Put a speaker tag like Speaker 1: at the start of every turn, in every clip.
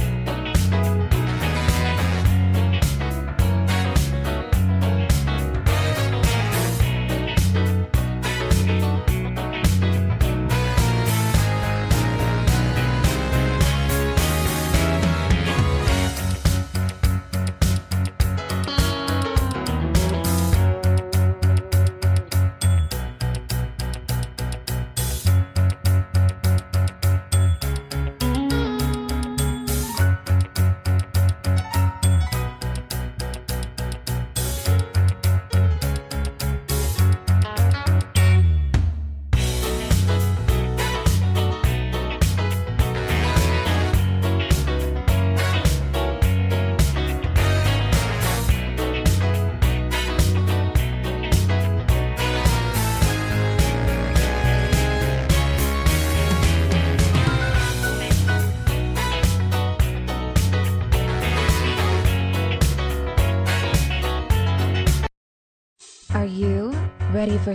Speaker 1: Are you ready for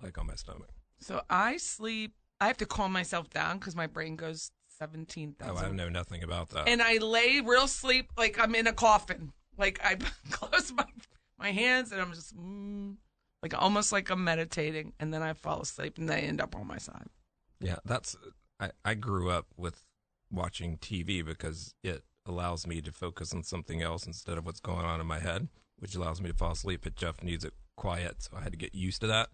Speaker 2: like on my stomach.
Speaker 3: So I sleep. I have to calm myself down because my brain goes seventeen
Speaker 2: Oh, I
Speaker 3: thousand.
Speaker 2: know nothing about that.
Speaker 3: and I lay real sleep like I'm in a coffin. Like I close my my hands, and I'm just mm, like almost like I'm meditating, and then I fall asleep, and I end up on my side.
Speaker 2: Yeah, that's I, I grew up with watching TV because it allows me to focus on something else instead of what's going on in my head, which allows me to fall asleep. But Jeff needs it quiet, so I had to get used to that.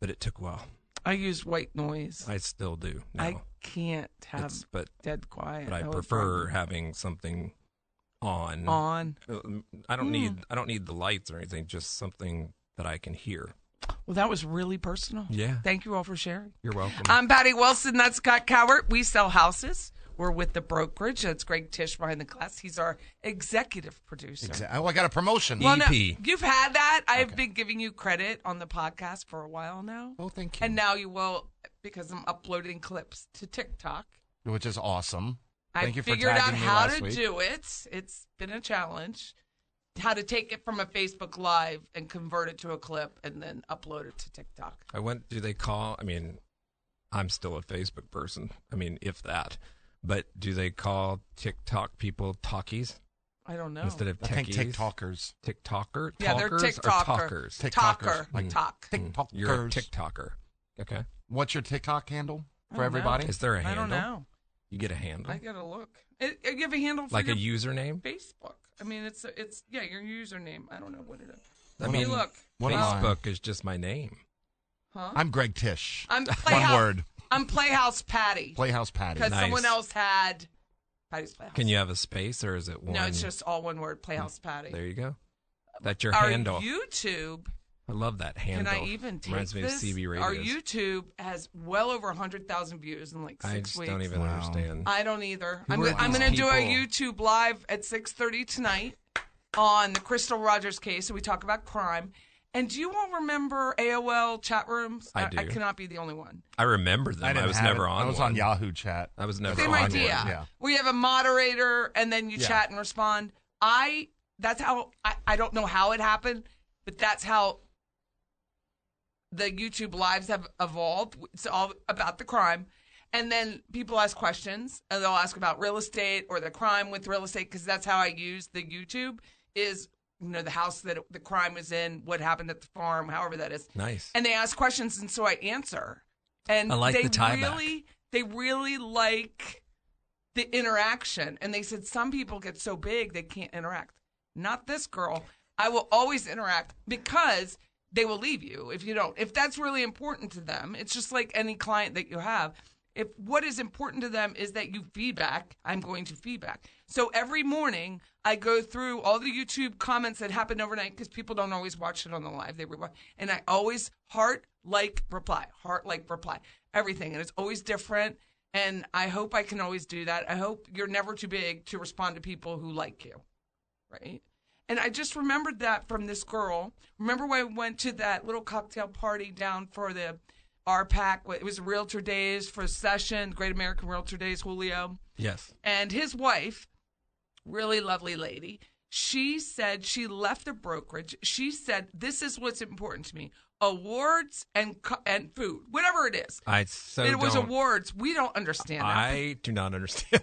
Speaker 2: But it took a while.
Speaker 3: I use white noise.
Speaker 2: I still do now.
Speaker 3: I can't have
Speaker 2: It's- but
Speaker 3: dead quiet.
Speaker 2: but I
Speaker 3: That would
Speaker 2: prefer
Speaker 3: probably-
Speaker 2: having something on. Uh,
Speaker 3: on. Hmm.
Speaker 2: I don't need I don't need the lights or anything. Just something that I can hear.
Speaker 3: Well, that was really personal.
Speaker 2: Yeah.
Speaker 3: Thank you all for sharing.
Speaker 2: You're welcome.
Speaker 3: I'm Patty Wilson. That's Scott Cowart. We sell houses. We're with the brokerage. That's Greg Tish behind the glass. He's our executive producer.
Speaker 4: Exa- Oh, I got a promotion.
Speaker 3: Well, no,
Speaker 2: EP.
Speaker 3: you've had that. I've been giving you credit on the podcast for a while now.
Speaker 4: Oh, thank you.
Speaker 3: And now you will, because I'm uploading clips to TikTok.
Speaker 4: Which is awesome.
Speaker 3: I
Speaker 4: Thank you for
Speaker 3: figured out
Speaker 4: tagging me
Speaker 3: how
Speaker 4: last
Speaker 3: to
Speaker 4: week.
Speaker 3: do it. It's been a challenge. How to take it from a Facebook Live and convert it to a clip and then upload it to TikTok.
Speaker 2: I went. Do they call? I mean, I'm still a Facebook person. I mean, if that. But do they call TikTok people talkies
Speaker 3: I don't know.
Speaker 2: instead of
Speaker 4: I think
Speaker 2: techies?
Speaker 4: TikTokers.
Speaker 2: TikToker.
Speaker 3: Yeah, they're
Speaker 2: Talkers or
Speaker 3: TikToker.
Speaker 2: talkers.
Speaker 4: Tik-
Speaker 3: talker,
Speaker 4: TikTokers.
Speaker 3: like
Speaker 4: Like-
Speaker 3: talk.
Speaker 2: Mm, You're a
Speaker 4: TikTokers.
Speaker 2: TikToker. Okay.
Speaker 4: What's your TikTok handle
Speaker 3: I
Speaker 4: for
Speaker 3: don't
Speaker 4: everybody?
Speaker 3: know.
Speaker 2: Is there a
Speaker 3: I
Speaker 2: handle?
Speaker 3: don't know.
Speaker 2: You get a handle.
Speaker 3: I gotta look. It, it- you have a handle for
Speaker 2: like a
Speaker 3: your
Speaker 2: username.
Speaker 3: Facebook. I mean, it's it's yeah, your username. I don't know what it is.
Speaker 2: I
Speaker 4: Let
Speaker 3: me
Speaker 2: mean,
Speaker 3: look.
Speaker 4: What am I?
Speaker 2: Facebook is just my name.
Speaker 3: Huh?
Speaker 4: I'm Greg Tish.
Speaker 3: I'm Playhouse.
Speaker 4: One word.
Speaker 3: I'm Playhouse Patty
Speaker 4: Playhouse Patty.
Speaker 3: because
Speaker 2: Nice.
Speaker 3: someone else had Patty's Playhouse.
Speaker 2: Can you have a space or is it one?
Speaker 3: No, it's just all one word. Playhouse Patty.
Speaker 2: There you go. That's your
Speaker 3: Our
Speaker 2: handle.
Speaker 3: YouTube.
Speaker 2: I love that handle.
Speaker 3: Can I even take
Speaker 2: Reminds
Speaker 3: this?
Speaker 2: me of CB
Speaker 3: Our
Speaker 2: radios.
Speaker 3: YouTube has well over hundred thousand views in like six
Speaker 2: I just
Speaker 3: weeks.
Speaker 2: don't even
Speaker 4: Wow.
Speaker 2: understand.
Speaker 3: I don't either.
Speaker 4: Who
Speaker 3: I'm,
Speaker 4: are
Speaker 3: go- I'm
Speaker 4: these
Speaker 3: going to do a
Speaker 4: people?
Speaker 3: YouTube live at 6:30 tonight on the Crystal Rogers case, so we talk about crime. And do you all remember AOL chat rooms?
Speaker 2: I
Speaker 3: I
Speaker 2: do.
Speaker 3: cannot be the only one.
Speaker 2: I remember them.
Speaker 4: I,
Speaker 2: I,
Speaker 4: didn't
Speaker 2: was
Speaker 4: have
Speaker 2: never
Speaker 4: it.
Speaker 2: on.
Speaker 4: I was
Speaker 2: one.
Speaker 4: on Yahoo chat.
Speaker 2: I was never
Speaker 3: Same
Speaker 2: on
Speaker 3: idea.
Speaker 2: one.
Speaker 4: Yeah.
Speaker 3: We have a moderator, and then you
Speaker 4: Yeah.
Speaker 3: chat and respond. I that's how I, I don't know how it happened, but that's how the YouTube lives have evolved. It's all about the crime, and then people ask questions, and they'll ask about real estate or the crime with real estate because that's how I use the YouTube is you know the house that the crime was in, what happened at the farm, however that is
Speaker 2: Nice.
Speaker 3: and they ask questions, and so I answer. And
Speaker 2: I like
Speaker 3: they
Speaker 2: the tie back.
Speaker 3: really, they really like the interaction. And they said some people get so big they can't interact. Not this girl. I will always interact because they will leave you if you don't. If that's really important to them, it's just like any client that you have. If what is important to them is that you feedback, I'm going to feedback. So every morning I go through all the YouTube comments that happened overnight because people don't always watch it on the live. They rewatch, and I always heart like reply, heart like reply, everything, and it's always different. And I hope I can always do that. I hope you're never too big to respond to people who like you right? And I just remembered that from this girl. Remember when I went to that little cocktail party down for the RPAC? It was Realtor Days for a session, Great American Realtor Days, Julio.
Speaker 2: Yes.
Speaker 3: And his wife, really lovely lady, she said she left the brokerage. She said, This is what's important to me awards and, co- and food, whatever it is.
Speaker 2: I so
Speaker 3: it was
Speaker 2: don't-
Speaker 3: awards. We don't understand that.
Speaker 2: I do not understand.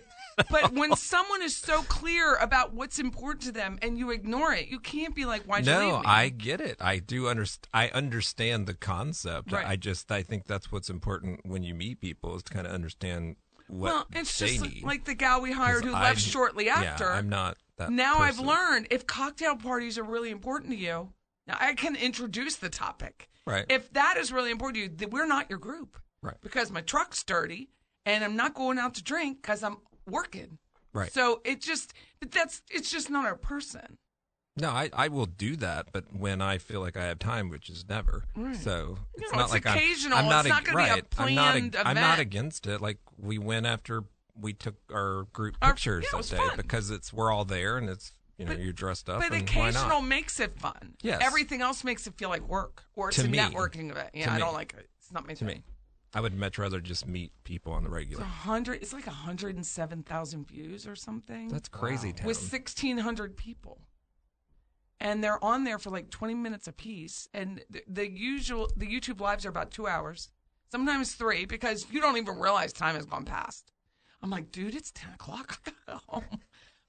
Speaker 3: But when someone is so clear about what's important to them and you ignore it, you can't be like, "Why'd you leave
Speaker 2: no,
Speaker 3: me?"
Speaker 2: I get it. I do understand. I understand the concept.
Speaker 3: Right.
Speaker 2: I just I think that's what's important when you meet people is to kind of understand what
Speaker 3: well, it's
Speaker 2: they
Speaker 3: just
Speaker 2: need.
Speaker 3: like the gal we hired
Speaker 2: 'Cause
Speaker 3: who
Speaker 2: I'm-
Speaker 3: left shortly
Speaker 2: yeah,
Speaker 3: after.
Speaker 2: I'm not that.
Speaker 3: now I've
Speaker 2: person.
Speaker 3: learned if cocktail parties are really important to you, now I can introduce the topic.
Speaker 2: Right.
Speaker 3: If that is really important to you, then we're not your group.
Speaker 2: Right.
Speaker 3: Because my truck's dirty and I'm not going out to drink because I'm working.
Speaker 2: Right.
Speaker 3: So it just, but that's, it's just not our person.
Speaker 2: No, I, I will do that, but when I feel like I have time, which is never. So it's
Speaker 3: No,
Speaker 2: not
Speaker 3: it's
Speaker 2: like
Speaker 3: occasional.
Speaker 2: I'm, I'm not
Speaker 3: It's not
Speaker 2: ag-
Speaker 3: gonna be a
Speaker 2: right. I'm not,
Speaker 3: planned
Speaker 2: ag- I'm not
Speaker 3: event.
Speaker 2: against it. Like we went after we took our group
Speaker 3: Our-
Speaker 2: pictures
Speaker 3: yeah, it
Speaker 2: that
Speaker 3: was
Speaker 2: day
Speaker 3: fun.
Speaker 2: because it's we're all there and it's you know
Speaker 3: But-
Speaker 2: you're dressed up.
Speaker 3: But
Speaker 2: and why
Speaker 3: occasional
Speaker 2: not?
Speaker 3: makes it fun.
Speaker 2: Yes.
Speaker 3: Everything else makes it feel like work or it's
Speaker 2: To
Speaker 3: a
Speaker 2: me.
Speaker 3: networking event. Yeah,
Speaker 2: To
Speaker 3: I
Speaker 2: me.
Speaker 3: don't like it. It's not my
Speaker 2: to
Speaker 3: thing.
Speaker 2: me. I would much rather just meet people on the regular.
Speaker 3: It's a hundred. It's like hundred and seven thousand views or something.
Speaker 2: That's crazy town.
Speaker 3: with sixteen hundred people, and they're on there for like twenty minutes apiece. And the, the usual, the YouTube lives are about two hours, sometimes three, because you don't even realize time has gone past. I'm like, dude, it's ten o'clock. I gotta go home.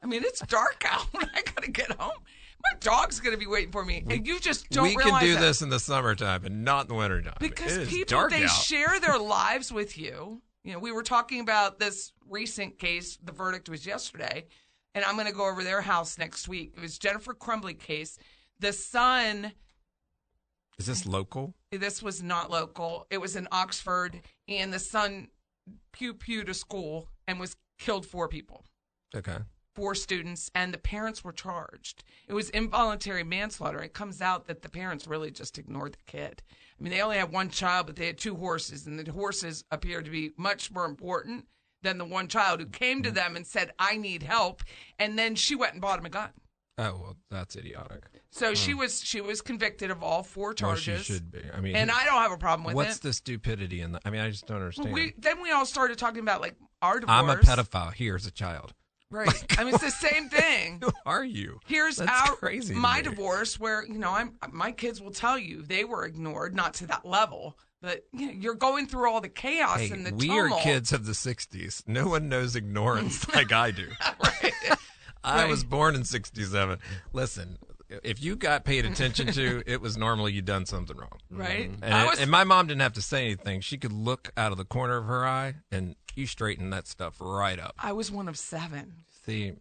Speaker 3: I mean, it's dark out. I gotta get home. My dog's gonna be waiting for me, and you just don't
Speaker 2: we can
Speaker 3: realize
Speaker 2: do
Speaker 3: that.
Speaker 2: this in the summertime and not in the wintertime.
Speaker 3: because
Speaker 2: it is
Speaker 3: people
Speaker 2: dark
Speaker 3: they
Speaker 2: out.
Speaker 3: share their lives with you. You know, we were talking about this recent case. The verdict was yesterday, and I'm going to go over their house next week. It was Jennifer Crumbly case. The son.
Speaker 2: Is this local?
Speaker 3: This was not local. It was in Oxford, and the son pew pew to school and was killed four people
Speaker 2: Okay.
Speaker 3: four students and the parents were charged. It was involuntary manslaughter. It comes out that the parents really just ignored the kid. I mean, they only had one child, but they had two horses, and the horses appeared to be much more important than the one child who came
Speaker 2: Hmm.
Speaker 3: to them and said, I need help. And then she went and bought him a gun.
Speaker 2: Oh well, that's idiotic.
Speaker 3: So she was she was convicted of all four
Speaker 2: Hmm. Well,
Speaker 3: charges.
Speaker 2: she should be. I mean,
Speaker 3: and I don't have a problem with
Speaker 2: what's
Speaker 3: it.
Speaker 2: the stupidity in that? I mean, I just don't understand.
Speaker 3: we, then we all started talking about like our divorce.
Speaker 2: I'm a pedophile. Here's a child.
Speaker 3: Right. I mean, it's the same thing.
Speaker 2: Who are you?
Speaker 3: Here's
Speaker 2: That's
Speaker 3: our
Speaker 2: crazy to
Speaker 3: my
Speaker 2: me.
Speaker 3: divorce where you know I'm my kids will tell you they were ignored not to that level but you know, you're going through all the chaos
Speaker 2: Hey,
Speaker 3: and the
Speaker 2: we
Speaker 3: turmoil.
Speaker 2: are kids of the '60s. No one knows ignorance like I do. Mm-hmm. I
Speaker 3: Right.
Speaker 2: was born in '67. Listen, if you got paid attention to, it was normally you done something wrong.
Speaker 3: right? I
Speaker 2: And,
Speaker 3: was
Speaker 2: and my mom didn't have to say anything. She could look out of the corner of her eye, and you straighten that stuff right up.
Speaker 3: I was one of seven.
Speaker 2: See,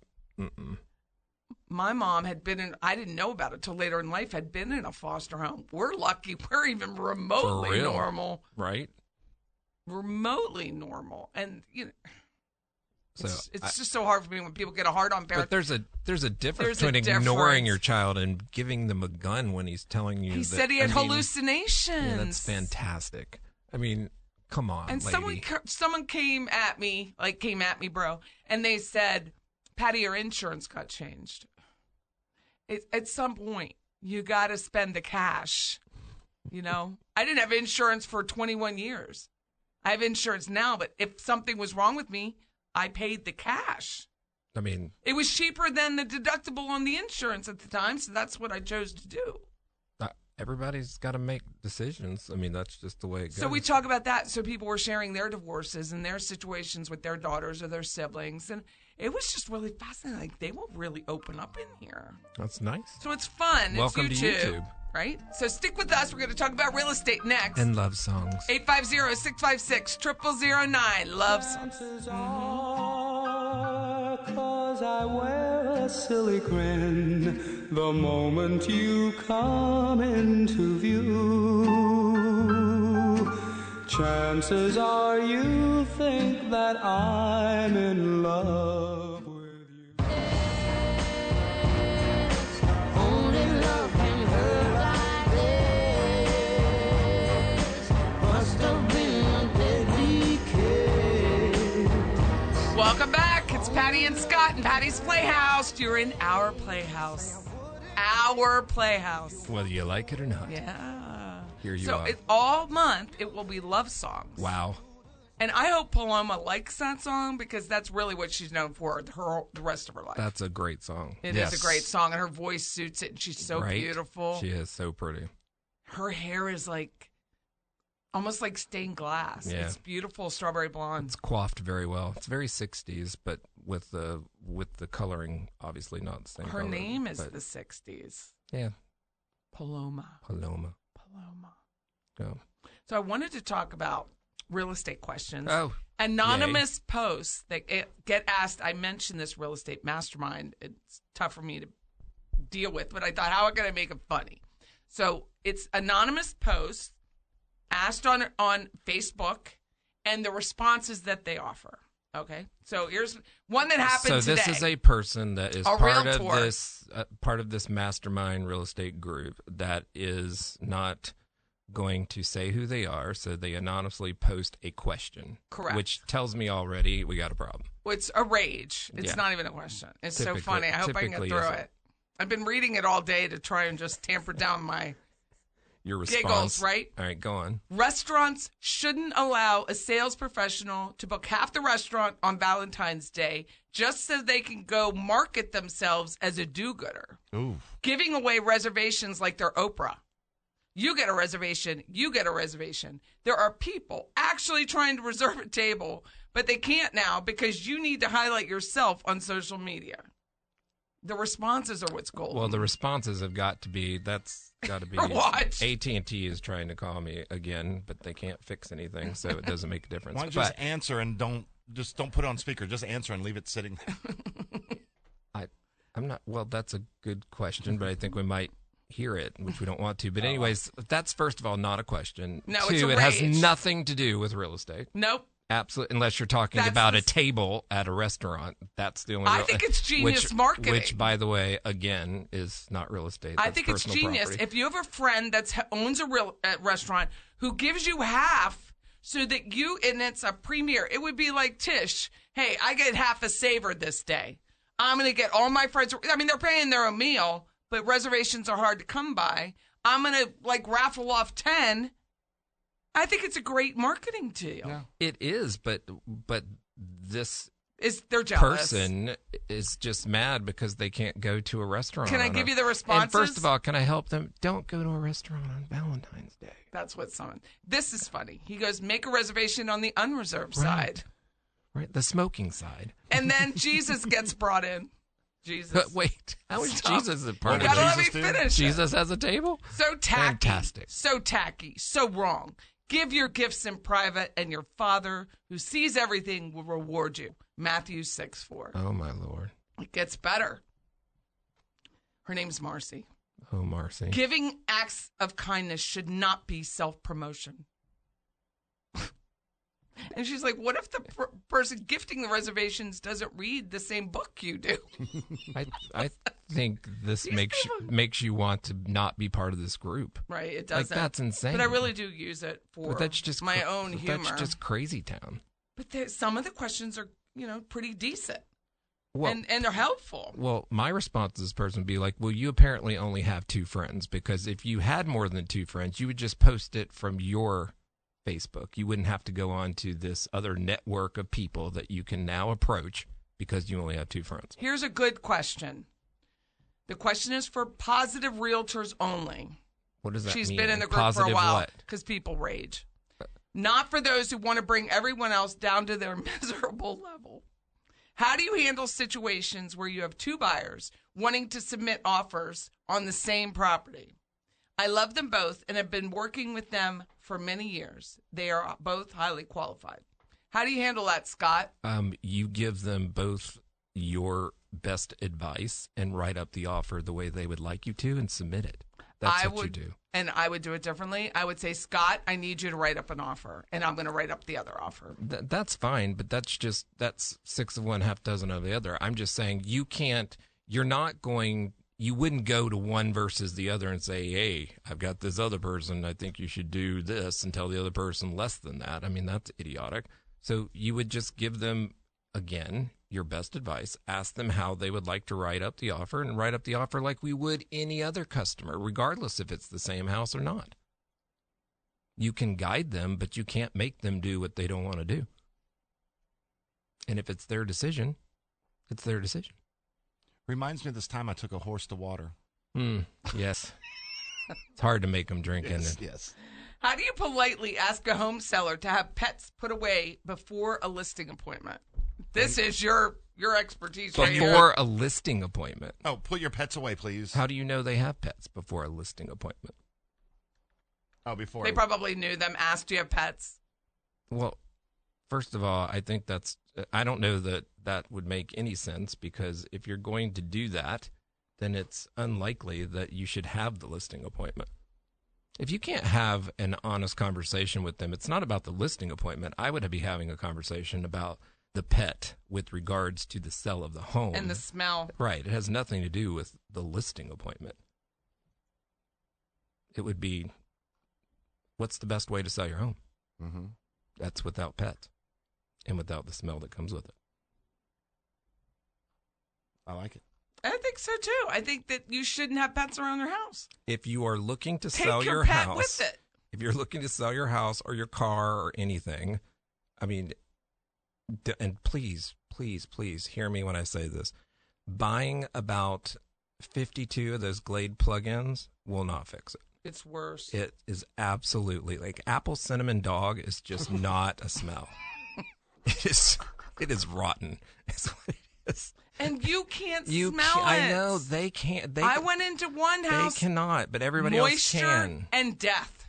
Speaker 3: My mom had been in I didn't know about it till later in life had been in a foster home. We're lucky we're even remotely
Speaker 2: real.
Speaker 3: normal,
Speaker 2: right?
Speaker 3: remotely normal, and you know
Speaker 2: So,
Speaker 3: it's, it's
Speaker 2: I-
Speaker 3: just so hard for me when people get a hard on
Speaker 2: but
Speaker 3: parents.
Speaker 2: there's a there's a difference
Speaker 3: There's a
Speaker 2: between ignoring
Speaker 3: difference.
Speaker 2: your child and giving them a gun when he's telling you.
Speaker 3: He
Speaker 2: that,
Speaker 3: said he
Speaker 2: I
Speaker 3: had
Speaker 2: mean,
Speaker 3: hallucinations.
Speaker 2: Yeah, that's fantastic. I mean, come on,
Speaker 3: And
Speaker 2: lady.
Speaker 3: someone ca- someone came at me, like came at me, bro, and they said, "Patty, your insurance got changed. It, at some point, you got to spend the cash." You know, I didn't have insurance for 21 years. I have insurance now, but if something was wrong with me, I paid the cash.
Speaker 2: I mean,
Speaker 3: It was cheaper than the deductible on the insurance at the time, so that's what I chose to do.
Speaker 2: not- everybody's got to make decisions. I mean, that's just the way it goes.
Speaker 3: So we talk about that. So people were sharing their divorces and their situations with their daughters or their siblings, and it was just really fascinating. Like they will really open up in here.
Speaker 2: That's nice.
Speaker 3: So it's fun.
Speaker 2: Welcome to
Speaker 3: it's YouTube,
Speaker 2: YouTube.
Speaker 3: right? So stick with us. We're going to talk about real estate next.
Speaker 2: And love songs.
Speaker 3: 850-656-0009. Love songs.
Speaker 5: Mm-hmm. Cause I wear a silly grin the moment you come into view. Chances are you think that I'm in love with you.
Speaker 6: Only love can hurt like this. Must have been a deadly kiss.
Speaker 3: Welcome back. It's Patty and Scott and Patty's Playhouse. You're in our playhouse. Our playhouse.
Speaker 2: Whether you like it or not.
Speaker 3: Yeah.
Speaker 2: Here you
Speaker 3: so
Speaker 2: are.
Speaker 3: it, all month it will be love songs.
Speaker 2: Wow.
Speaker 3: And I hope Paloma likes that song because that's really what she's known for her the rest of her life.
Speaker 2: That's a great song.
Speaker 3: It is
Speaker 4: yes.
Speaker 3: a great song, and her voice suits it, and she's so
Speaker 2: Right?
Speaker 3: beautiful.
Speaker 2: She is so pretty.
Speaker 3: Her hair is like almost like stained glass.
Speaker 2: Yeah.
Speaker 3: It's beautiful, strawberry blonde.
Speaker 2: It's coiffed very well. It's very 60s, but with the with the coloring, obviously not the same.
Speaker 3: Her
Speaker 2: color,
Speaker 3: name is
Speaker 2: but-
Speaker 3: the '60s,
Speaker 2: yeah,
Speaker 3: Paloma.
Speaker 2: Paloma.
Speaker 3: Paloma.
Speaker 2: Oh.
Speaker 3: So I wanted to talk about real estate questions.
Speaker 2: Oh,
Speaker 3: anonymous posts that get- get asked. I mentioned this real estate mastermind. It's tough for me to deal with, but I thought, how can I make it funny? So it's anonymous posts asked on on Facebook and the responses that they offer. Okay, so here's one that happened
Speaker 2: so this
Speaker 3: today.
Speaker 2: is a person that is
Speaker 3: A
Speaker 2: part
Speaker 3: realtor.
Speaker 2: of this uh, part of this mastermind real estate group that is not going to say who they are so they anonymously post a question
Speaker 3: Correct.
Speaker 2: which tells me already we got a problem
Speaker 3: Well, it's a rage. It's
Speaker 2: Yeah.
Speaker 3: not even a question. It's
Speaker 2: Typically-
Speaker 3: so funny. I hope I can get
Speaker 2: typically
Speaker 3: through
Speaker 2: is
Speaker 3: it.
Speaker 2: a-
Speaker 3: I've been reading it all day to try and just tamper down my
Speaker 2: your
Speaker 3: Giggles,
Speaker 2: response
Speaker 3: right?
Speaker 2: all right go on
Speaker 3: Restaurants shouldn't allow a sales professional to book half the restaurant on Valentine's Day just so they can go market themselves as a do gooder,
Speaker 4: Ooh.
Speaker 3: giving away reservations like they're Oprah. You get a reservation, you get a reservation. There are people actually trying to reserve a table, but they can't now because you need to highlight yourself on social media. The responses are what's gold.
Speaker 2: Well, the responses have got to be that's got to be
Speaker 3: What?
Speaker 2: AT and T is trying to call me again, but they can't fix anything, so it doesn't make a difference.
Speaker 4: Why don't you
Speaker 2: but
Speaker 4: just answer and don't just don't put it on speaker. Just answer and leave it sitting.
Speaker 2: I, I'm not. Well, that's a good question, but I think we might hear it, which we don't want to. But anyways, that's first of all not a question.
Speaker 3: Oh. No,
Speaker 2: Two,
Speaker 3: it's a
Speaker 2: it has
Speaker 3: rage.
Speaker 2: nothing to do with real estate.
Speaker 3: nope.
Speaker 2: Absolutely, unless you're talking
Speaker 3: That's
Speaker 2: about
Speaker 3: the
Speaker 2: a
Speaker 3: s-
Speaker 2: table at a restaurant. That's the only.
Speaker 3: I
Speaker 2: real-
Speaker 3: think it's genius
Speaker 2: which,
Speaker 3: marketing.
Speaker 2: Which, by the way, again, is not real estate.
Speaker 3: I
Speaker 2: That's
Speaker 3: think it's
Speaker 2: personal
Speaker 3: genius.
Speaker 2: property.
Speaker 3: If you have a friend that owns a real uh, restaurant who gives you half so that you and it's a premiere, it would be like Tish. Hey, I get half a saver this day. I'm going to get all my friends. I mean, they're paying their own meal, but reservations are hard to come by. I'm going to like raffle off ten. I think it's a great marketing deal.
Speaker 2: it is, but but this
Speaker 3: Is they're jealous?
Speaker 2: person is just mad because they can't go to a restaurant.
Speaker 3: Can I
Speaker 2: on
Speaker 3: give
Speaker 2: a-
Speaker 3: you the
Speaker 2: And first
Speaker 3: responses?
Speaker 2: of all, can I help them? Don't go to a restaurant on Valentine's Day.
Speaker 3: That's what someone. This is funny. He goes, make a reservation on the unreserved
Speaker 2: Right.
Speaker 3: side.
Speaker 2: Right, the smoking side.
Speaker 3: And then Jesus gets brought in. Jesus.
Speaker 2: But wait, how is
Speaker 3: Stop.
Speaker 2: Jesus a
Speaker 3: you
Speaker 2: part of
Speaker 3: gotta
Speaker 2: this?
Speaker 3: let me
Speaker 4: Jesus did?
Speaker 3: finish. it.
Speaker 2: Jesus has a table.
Speaker 3: So tacky.
Speaker 2: Fantastic.
Speaker 3: So tacky. So wrong. Give your gifts in private, and your Father, who sees everything, will reward you. Matthew 6 4.
Speaker 2: Oh my lord.
Speaker 3: It gets better. Her name's Marcy.
Speaker 2: Oh Marcy.
Speaker 3: Giving acts of kindness should not be self promotion. and she's like, what if the per- person gifting the reservations doesn't read the same book you do?
Speaker 2: I I think this makes you, makes you want to not be part of this group.
Speaker 3: Right, it
Speaker 2: Like,
Speaker 3: doesn't.
Speaker 2: that's insane.
Speaker 3: But I really do use it for
Speaker 2: But that's just
Speaker 3: my
Speaker 2: cra-
Speaker 3: own
Speaker 2: but
Speaker 3: humor.
Speaker 2: That's just crazy town.
Speaker 3: But there, some of the questions are, you know, pretty decent
Speaker 2: Well,
Speaker 3: and and they're helpful.
Speaker 2: Well, my response to this person would be like, well, you apparently only have two friends because if you had more than two friends, you would just post it from your Facebook. You wouldn't have to go on to this other network of people that you can now approach because you only have two friends.
Speaker 3: Here's a good question. The question is for positive realtors only.
Speaker 2: What does that
Speaker 3: She's
Speaker 2: mean?
Speaker 3: been in the group
Speaker 2: Positive
Speaker 3: for a while
Speaker 2: What?
Speaker 3: because people rage. Not for those who want to bring everyone else down to their miserable level. How do you handle situations where you have two buyers wanting to submit offers on the same property? I love them both and have been working with them for many years. They are both highly qualified. How do you handle that, Scott?
Speaker 2: Um, you give them both your best advice and write up the offer the way they would like you to and submit it. That's
Speaker 3: I
Speaker 2: what
Speaker 3: would,
Speaker 2: you do.
Speaker 3: And I would do it differently. I would say, Scott, I need you to write up an offer, and I'm going to write up the other offer.
Speaker 2: Th- that's fine, but that's just that's six of one, half dozen of the other. I'm just saying you can't. You're not going. You wouldn't go to one versus the other and say, "Hey, I've got this other person. I think you should do this," and tell the other person less than that. I mean, that's idiotic. So you would just give them again your best advice. Ask them how they would like to write up the offer, and write up the offer like we would any other customer, regardless if it's the same house or not. You can guide them, but you can't make them do what they don't want to do. And if it's their decision, it's their decision.
Speaker 4: Reminds me of this time I took a horse to water.
Speaker 2: Hmm. Yes. it's hard to make them drink in
Speaker 4: Yes,
Speaker 2: it.
Speaker 4: yes.
Speaker 3: How do you politely ask a home seller to have pets put away before a listing appointment? This is your your expertise right here.
Speaker 2: Before a listing appointment.
Speaker 4: Oh, put your pets away, please.
Speaker 2: How do you know they have pets before a listing appointment?
Speaker 4: oh, before
Speaker 3: They probably knew them. Asked, do you have pets?
Speaker 2: Well, first of all, I think that's I don't know that that would make any sense because if you're going to do that, then it's unlikely that you should have the listing appointment. If you can't have an honest conversation with them, it's not about the listing appointment. I would be having a conversation about the pet with regards to the sale of the home.
Speaker 3: And the smell.
Speaker 2: right, it has nothing to do with the listing appointment. It would be what's the best way to sell your home?
Speaker 4: hmm
Speaker 2: That's without pets and without the smell that comes with it.
Speaker 4: I like it.
Speaker 3: I think so too. I think that you shouldn't have pets around your house.
Speaker 2: If you are looking to
Speaker 3: Take
Speaker 2: sell
Speaker 3: your
Speaker 2: your,
Speaker 3: pet
Speaker 2: house,
Speaker 3: with it.
Speaker 2: if you're looking to sell your house or your car or anything, I mean, d- and please, please, please hear me when I say this. Buying about 52 of those Glade plugins will not fix it.
Speaker 3: It's worse.
Speaker 2: It is absolutely like apple cinnamon dog is just not a smell. It is, it is rotten. It's what it is.
Speaker 3: and you can't
Speaker 2: You, ca-
Speaker 3: smell it.
Speaker 2: I know they can't. They,
Speaker 3: I went into one
Speaker 2: They
Speaker 3: house.
Speaker 2: cannot, but everybody
Speaker 3: moisture
Speaker 2: else can. Hmm.
Speaker 3: and death.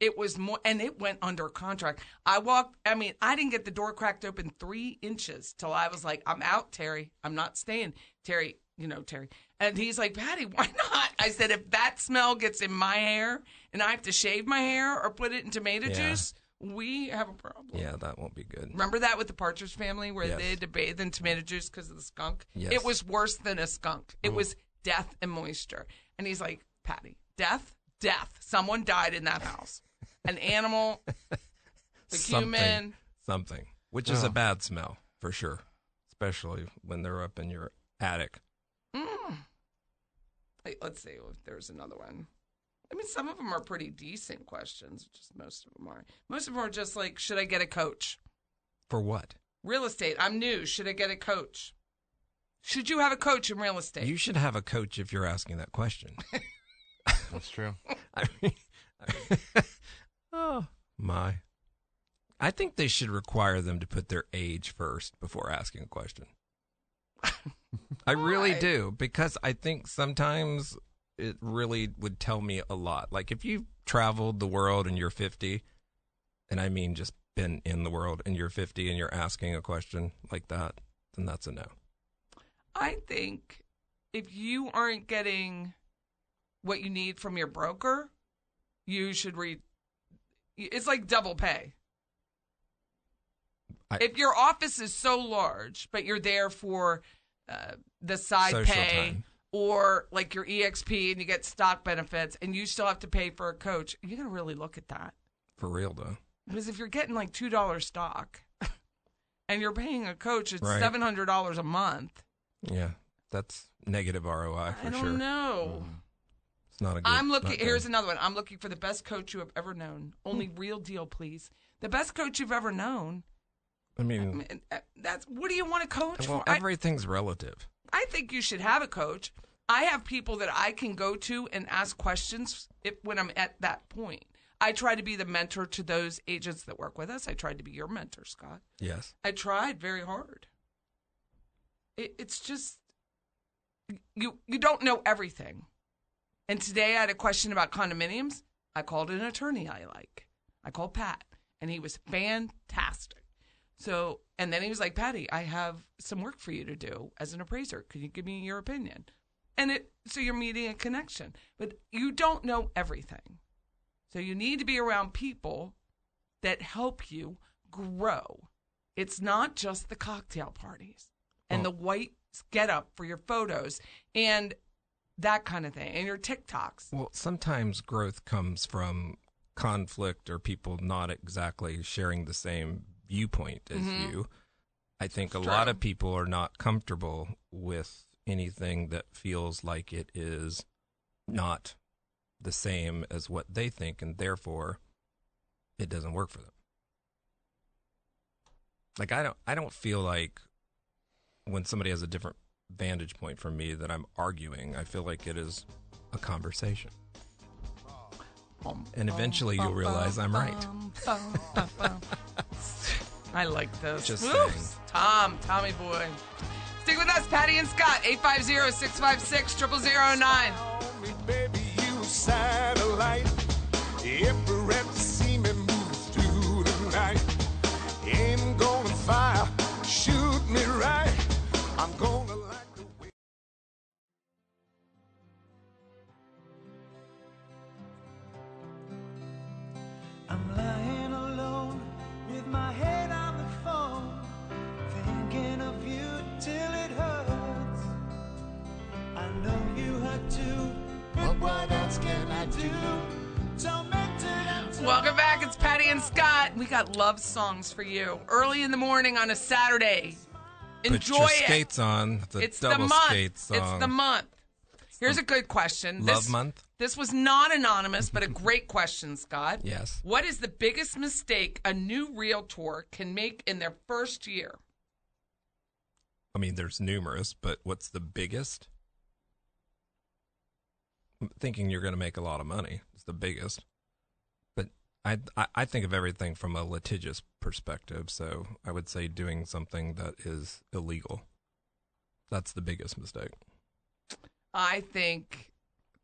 Speaker 3: It was more, and it went under contract. I walked. I mean, I didn't get the door cracked open three inches till I was like, "I'm out, Terry. I'm not staying, Terry." You know, Terry. And he's like, "Patty, why not?" I said, "If that smell gets in my hair, and I have to shave my hair or put it in tomato
Speaker 2: Yeah.
Speaker 3: juice, we have a problem."
Speaker 2: Yeah, that won't be good.
Speaker 3: Remember that with the Partridge Family where
Speaker 2: Yes.
Speaker 3: they had to bathe in tomato juice because of the skunk?
Speaker 2: Yes. Oh.
Speaker 3: It was worse than a skunk. It was death and moisture. And he's like, Patty, death, death. Someone died in that house. An animal, the
Speaker 2: something,
Speaker 3: human.
Speaker 2: something, which is a bad smell for sure, especially when they're up in your attic.
Speaker 3: Wait, let's see if there's another one. I mean, some of them are pretty decent questions. Just most of them are. Most of them are just like, should I get a coach?
Speaker 2: For what?
Speaker 3: Real estate. I'm new. Should I get a coach? Should you have a coach in real estate?
Speaker 2: You should have a coach if you're asking that question.
Speaker 4: That's true.
Speaker 2: I mean, oh my! I think they should require them to put their age first before asking a question. I really
Speaker 3: Why?
Speaker 2: do because I think sometimes it really would tell me a lot. Like if you've traveled the world and you're 50, and I mean just been in the world and you're 50 and you're asking a question like that, then that's a no.
Speaker 3: I think if you aren't getting what you need from your broker, you should read. It's like double pay.
Speaker 2: I-
Speaker 3: if your office is so large, but you're there for uh, the side
Speaker 2: Social
Speaker 3: pay
Speaker 2: time.
Speaker 3: or like your EXP and you get stock benefits and you still have to pay for a coach, you're going to really look at that.
Speaker 2: For real though.
Speaker 3: Because if you're getting like $2 stock and you're paying a coach, it's
Speaker 2: Right.
Speaker 3: $700 a month.
Speaker 2: Yeah, that's negative ROI for
Speaker 3: I don't
Speaker 2: sure. Mm-hmm.
Speaker 3: know.
Speaker 2: It's not a good.
Speaker 3: I'm
Speaker 2: not
Speaker 3: looking.
Speaker 2: good. Hmm.
Speaker 3: Here's another one. I'm looking for the best coach you have ever known. Only real deal, please. The best coach you've ever known.
Speaker 2: I mean,
Speaker 3: And, uh, That's what do you want a coach
Speaker 2: well,
Speaker 3: for? I-
Speaker 2: everything's relative.
Speaker 3: I think you should have a coach. I have people that I can go to and ask questions if, when I'm at that point. I try to be the mentor to those agents that work with us. I tried to be your mentor, Scott.
Speaker 2: Yes.
Speaker 3: I tried very hard. It, it's just you you don't know everything. And today I had a question about condominiums. I called an attorney I like. I called Pat, and he was fantastic. So, and then he was like, "Patty, I have some work for you to do as an appraiser. Can you give me your opinion?" And it so you're meeting a connection, but you don't know everything. So you need to be around people that help you grow. It's not just the cocktail parties and the white get up for your photos and that kind of thing and your TikToks.
Speaker 2: Well, sometimes growth comes from conflict or people not exactly sharing the same viewpoint as you. I think a lot of people are not comfortable with anything that feels like it is not the same as what they think, and therefore it doesn't work for them. Like I don't, I don't feel like when somebody has a different vantage point from me that I'm arguing. I feel like it is a conversation. And eventually you'll realize I'm right.
Speaker 3: I like those.
Speaker 2: Just
Speaker 3: Woo!
Speaker 2: saying.
Speaker 3: Tom, Tommy boy. Stick with us, Patty and Scott, 850 656 0009.
Speaker 5: Baby, you satellite. Every red semen moves through the night. Aim gonna fire, shoot me right. I'm gonna like the way. I'm lying alone with my head on the phone, thinking of you till it hurts. I know you hurt too, but what else can I do? Tormented and
Speaker 3: Welcome back. It's Patty and Scott. We got love songs for you early in the morning on a Saturday.
Speaker 2: Put
Speaker 3: Enjoy
Speaker 2: your
Speaker 3: it.
Speaker 2: skates on. The
Speaker 3: it's the
Speaker 2: double
Speaker 3: month.
Speaker 2: skate song.
Speaker 3: It's the month. Here's a good question.
Speaker 2: Love
Speaker 3: this,
Speaker 2: month?
Speaker 3: This was not anonymous, but a great question, Scott.
Speaker 2: Yes.
Speaker 3: What is the biggest mistake a new realtor can make in their first year?
Speaker 2: I mean, there's numerous, but what's the biggest? Thinking you're going to make a lot of money is the biggest. But I, I I think of everything from a litigious perspective. So I would say doing something that is illegal. That's the biggest mistake.
Speaker 3: I think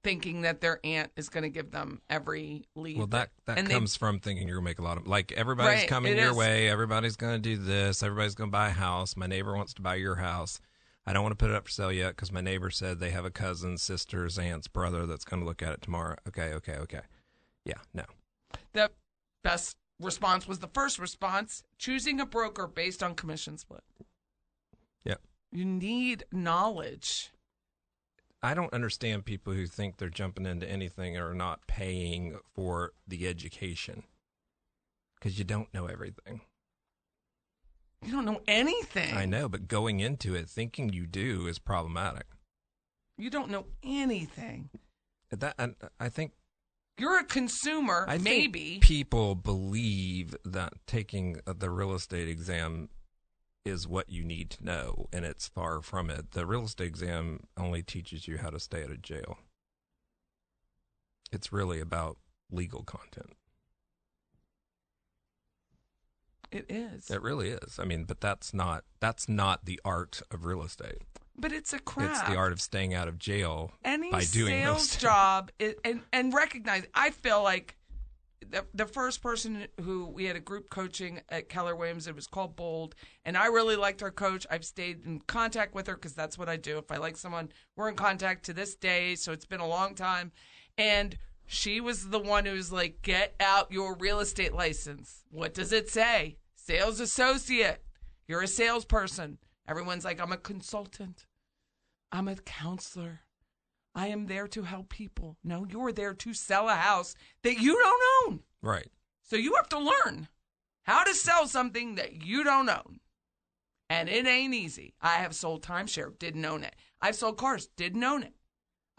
Speaker 3: thinking that their aunt is going to give them every lead.
Speaker 2: Well, that that
Speaker 3: and they-
Speaker 2: comes from thinking you're gonna make a lot of like everybody's
Speaker 3: Right,
Speaker 2: coming
Speaker 3: it
Speaker 2: your
Speaker 3: is.
Speaker 2: way. Everybody's gonna do this. Everybody's gonna buy a house. My neighbor wants to buy your house. I don't want to put it up for sale yet because my neighbor said they have a cousin, sisters, aunts, brother that's gonna look at it tomorrow. Okay, okay, okay. Yeah, no.
Speaker 3: the best response was the first response choosing a broker based on commission split.
Speaker 2: Yeah.
Speaker 3: You need knowledge.
Speaker 2: I don't understand people who think they're jumping into anything or not paying for the education because you don't know everything.
Speaker 3: You don't know anything.
Speaker 2: I know, but going into it thinking you do is problematic.
Speaker 3: You don't know anything.
Speaker 2: That and I think
Speaker 3: You're a consumer,
Speaker 2: I think
Speaker 3: maybe.
Speaker 2: people believe that taking uh, the real estate exam is what you need to know, and it's far from it. The real estate exam only teaches you how to stay out of jail. It's really about legal content.
Speaker 3: it is.
Speaker 2: It really is. I mean, but that's not that's not the art of real estate.
Speaker 3: But it's a crap.
Speaker 2: It's the art of staying out of jail
Speaker 3: Any
Speaker 2: by doing real
Speaker 3: sales
Speaker 2: estate.
Speaker 3: job i and and recognize. I feel like the the first person who we had a group coaching at Keller Williams. It was called Bold, and I really liked our coach. I've stayed in contact with her because that's what I do. If I like someone, we're in contact to this day. So it's been a long time, and. She was the one who was like, get out your real estate license. What does it say? Sales associate. You're a salesperson. Everyone's like, I'm a consultant. I'm a counselor. I am there to help people. No, you're there to sell a house that you don't own.
Speaker 2: Right.
Speaker 3: So you have to learn how to sell something that you don't own. And it ain't easy. I have sold timeshare, didn't own it. I've sold cars, didn't own it.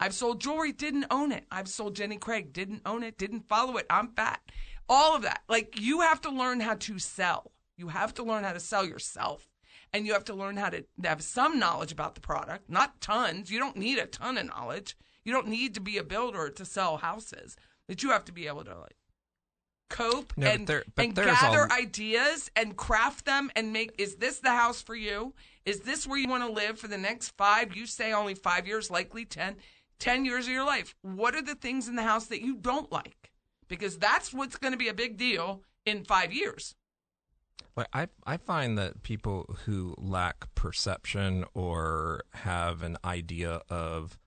Speaker 3: I've sold jewelry, didn't own it. I've sold Jenny Craig, didn't own it, didn't follow it. I'm fat. All of that. Like you have to learn how to sell. You have to learn how to sell yourself. And you have to learn how to have some knowledge about the product, not tons. You don't need a ton of knowledge. You don't need to be a builder to sell houses, but you have to be able to like cope
Speaker 2: No, but
Speaker 3: and,
Speaker 2: there- but
Speaker 3: and
Speaker 2: there's a-
Speaker 3: gather ideas and craft them and make is this the house for you is this where you want to live for the next five you say only five years likely ten ten years of your life what are the things in the house that you don't like because that's what's going to be a big deal in five years
Speaker 2: Like I, I find that people who lack perception or have an idea of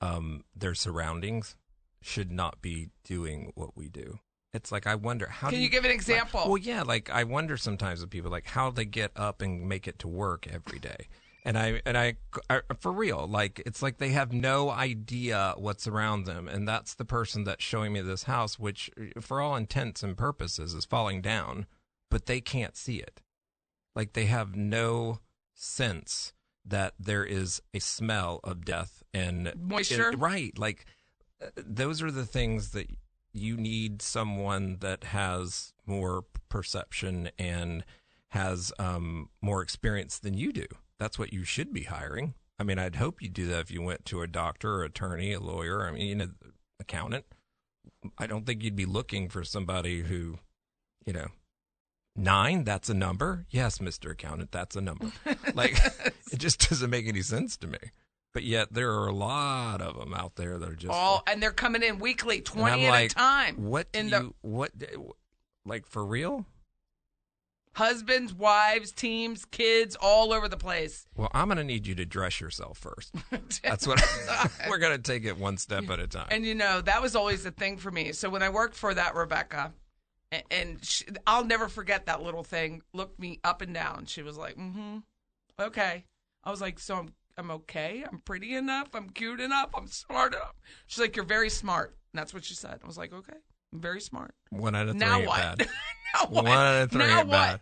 Speaker 2: um, their surroundings should not be doing what we do. It's like I wonder how.
Speaker 3: Can
Speaker 2: do
Speaker 3: you give an
Speaker 2: like-
Speaker 3: example?
Speaker 2: well, yeah, like I wonder sometimes with people like how they get up and make it to work every day. And I and I, I for real, like it's like they have no idea what's around them, and that's the person that's showing me this house, which for all intents and purposes is falling down but they can't see it. Like they have no sense that there is a smell of death and
Speaker 3: Moisture.
Speaker 2: and- right. Like uh, those are the things that you need someone that has more perception and has um, more experience than you do. That's what you should be hiring. I mean, I'd hope you do that if you went to a doctor or attorney, a lawyer, I mean, you know, accountant. I don't think you'd be looking for somebody who, you know, nine that's a number yes mr accountant that's a number like it just doesn't make any sense to me but yet there are a lot of them out there that are just
Speaker 3: all and they're coming in weekly
Speaker 2: and
Speaker 3: 20
Speaker 2: I'm
Speaker 3: at
Speaker 2: like,
Speaker 3: a time
Speaker 2: what do
Speaker 3: in the
Speaker 2: you what do- like for real
Speaker 3: husbands wives teams kids all over the place
Speaker 2: well i'm gonna need you to dress yourself first that's what we're gonna take it one step at a time
Speaker 3: And you know, that was always the thing for me. So when I worked for that Rebecca, a- and she, I'll never forget that little thing, looked me up and down. She was like, mm hmm, okay. I was like, so I'm, I'm okay. I'm pretty enough. I'm cute enough. I'm smart enough. She's like, you're very smart. And that's what she said. I was like, okay, I'm very smart.
Speaker 2: one out of three
Speaker 3: Now
Speaker 2: ain't
Speaker 3: what?
Speaker 2: bad
Speaker 3: now what?
Speaker 2: one out of three
Speaker 3: now
Speaker 2: ain't
Speaker 3: what?
Speaker 2: bad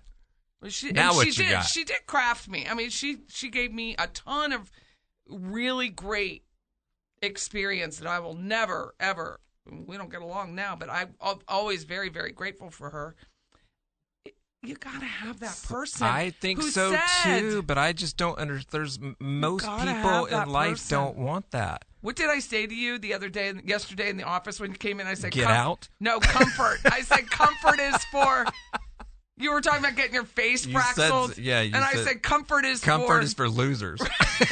Speaker 3: Well, She, and
Speaker 2: Now
Speaker 3: she
Speaker 2: what you
Speaker 3: did,
Speaker 2: got?
Speaker 3: She did craft me. I mean, she she gave me a ton of really great experience that I will never ever. We don't get along now, but I'm al- always very very grateful for her. You gotta have that person.
Speaker 2: I think
Speaker 3: who
Speaker 2: so
Speaker 3: said-
Speaker 2: too, but I just don't under. There's m- most
Speaker 3: gotta
Speaker 2: people
Speaker 3: have that
Speaker 2: in life
Speaker 3: person.
Speaker 2: don't want that.
Speaker 3: What did I say to you the other day, yesterday in the office when you came in? I said,
Speaker 2: Get
Speaker 3: "Com-
Speaker 2: out?"
Speaker 3: No, comfort. I said, comfort is for You were talking about getting your face
Speaker 2: You said-
Speaker 3: fraxeled.
Speaker 2: yeah, you
Speaker 3: and I
Speaker 2: said-
Speaker 3: said comfort is
Speaker 2: Comfort
Speaker 3: for.
Speaker 2: is for losers.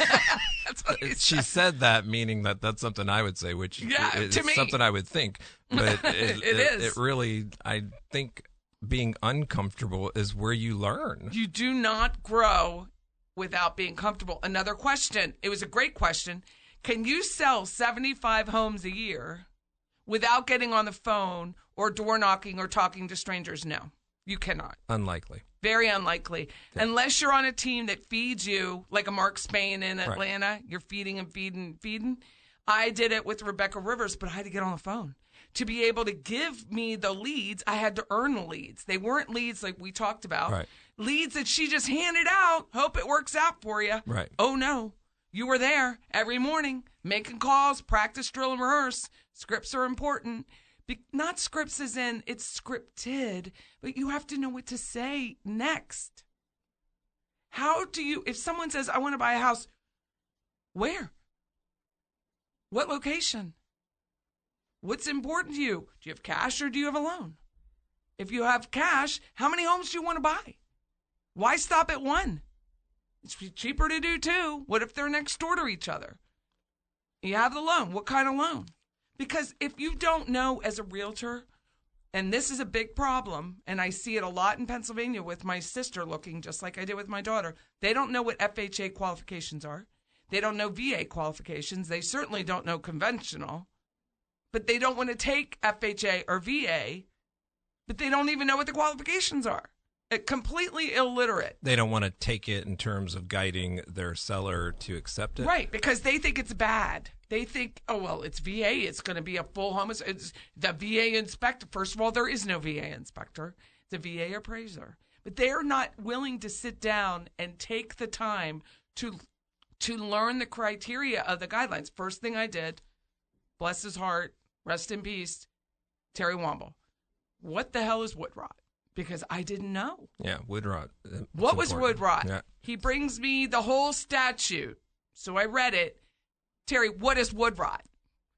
Speaker 3: That's what he
Speaker 2: she
Speaker 3: said.
Speaker 2: said that meaning that that's something I would say, which
Speaker 3: Yeah,
Speaker 2: is
Speaker 3: to me.
Speaker 2: something I would think. But it,
Speaker 3: It is.
Speaker 2: It really, I think being uncomfortable is where you learn.
Speaker 3: You do not grow without being comfortable. Another question. It was a great question. Can you sell 75 homes a year without getting on the phone or door knocking or talking to strangers? No, you cannot.
Speaker 2: Unlikely.
Speaker 3: Very unlikely. Unless you're on a team that feeds you, like a Mark Spain in Atlanta, you're feeding and feeding and feeding. I did it with Rebecca Rivers, but I had to get on the phone. To be able to give me the leads, I had to earn the leads. They weren't leads like we talked about.
Speaker 2: Right.
Speaker 3: Leads that she just handed out. Hope it works out for you.
Speaker 2: Right.
Speaker 3: Oh no. You were there every morning making calls, practice, drill, and rehearse. Scripts are important. Be- not scripts as in it's scripted, but you have to know what to say next. How do you, if someone says, I want to buy a house, where? What location? What's important to you? Do you have cash or do you have a loan? If you have cash, how many homes do you want to buy? Why stop at one? It's cheaper to do two. What if they're next door to each other? You have the loan. What kind of loan? Because if you don't know as a realtor, and this is a big problem, and I see it a lot in Pennsylvania with my sister looking just like I did with my daughter, they don't know what FHA qualifications are. They don't know VA qualifications. They certainly don't know conventional, but they don't want to take FHA or VA, but they don't even know what the qualifications are. Uh, completely illiterate.
Speaker 2: They don't want to take it in terms of guiding their seller to accept it.
Speaker 3: Right, because they think it's bad. They think, oh well, it's VA. It's going to be a full homeless. It's the VA inspector. First of all, there is no VA inspector. It's a VA appraiser. But they are not willing to sit down and take the time to to learn the criteria of the guidelines. First thing I did, bless his heart, rest in peace, Terry Womble. What the hell is wood rot? Because I didn't know.
Speaker 2: Yeah, wood rot. uh, It's
Speaker 3: What was
Speaker 2: important.
Speaker 3: wood rot?
Speaker 2: Yeah.
Speaker 3: He brings me the whole statute. So I read it. Terry, what is wood rot?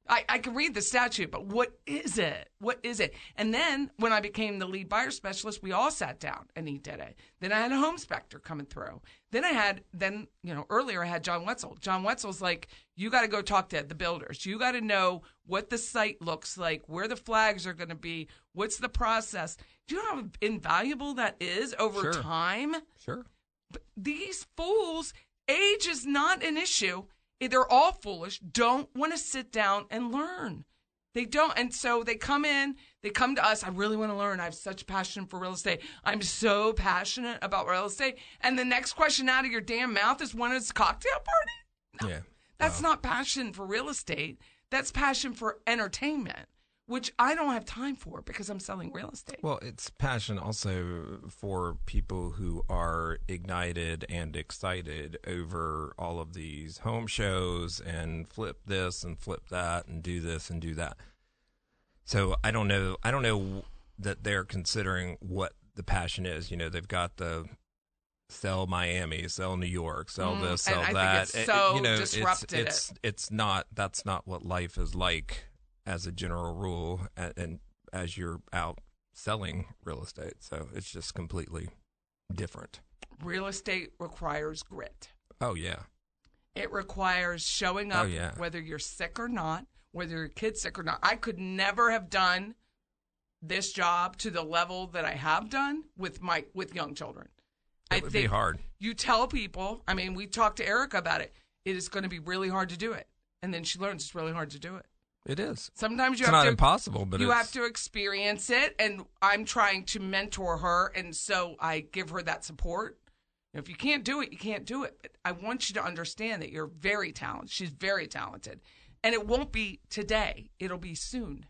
Speaker 3: I, I can read the statute, but what is it? What is it? And then when I became the lead buyer specialist, we all sat down and he did it. Then I had a home inspector coming through. Then I had, then, you know, earlier I had John Wetzel. John Wetzel's like, you got to go talk to the builders. You got to know what the site looks like, where the flags are going to be, what's the process. Do you know how invaluable that is over
Speaker 2: Sure.
Speaker 3: time?
Speaker 2: Sure.
Speaker 3: these fools, age is not an issue. They're all foolish, don't want to sit down and learn. They don't. And so they come in, they come to us. I really want to learn. I have such passion for real estate. I'm so passionate about real estate. And the next question out of your damn mouth is when is the cocktail party?
Speaker 2: Yeah.
Speaker 3: That's not passion for real estate. That's passion for entertainment, which I don't have time for because I'm selling real estate.
Speaker 2: Well, it's passion also for people who are ignited and excited over all of these home shows and flip this and flip that and do this and do that. So I don't know. I don't know that they're considering what the passion is. You know, they've got the sell Miami, sell New York, sell this,
Speaker 3: and Mm,
Speaker 2: sell
Speaker 3: I think
Speaker 2: that.
Speaker 3: it's so
Speaker 2: you know, it's-
Speaker 3: disrupted it.
Speaker 2: it's it's not that's not what life is like as a general rule and, and as you're out selling real estate so it's just completely different
Speaker 3: Real estate requires grit.
Speaker 2: oh yeah
Speaker 3: It requires showing
Speaker 2: Oh,
Speaker 3: up,
Speaker 2: yeah.
Speaker 3: whether you're sick or not, whether your kid's sick or not. I could never have done this job to the level that I have done with my with young children. I
Speaker 2: it would be
Speaker 3: think
Speaker 2: hard
Speaker 3: you tell people. I mean, we talked to Erica about it. It is going to be really hard to do it, and then she learns it's really hard to do it.
Speaker 2: it is
Speaker 3: Sometimes you
Speaker 2: it's
Speaker 3: have
Speaker 2: not
Speaker 3: to
Speaker 2: impossible but
Speaker 3: you
Speaker 2: it's,
Speaker 3: have to experience it and i'm trying to mentor her and so i give her that support if you can't do it you can't do it but i want you to understand that you're very talented she's very talented and it won't be today it'll be soon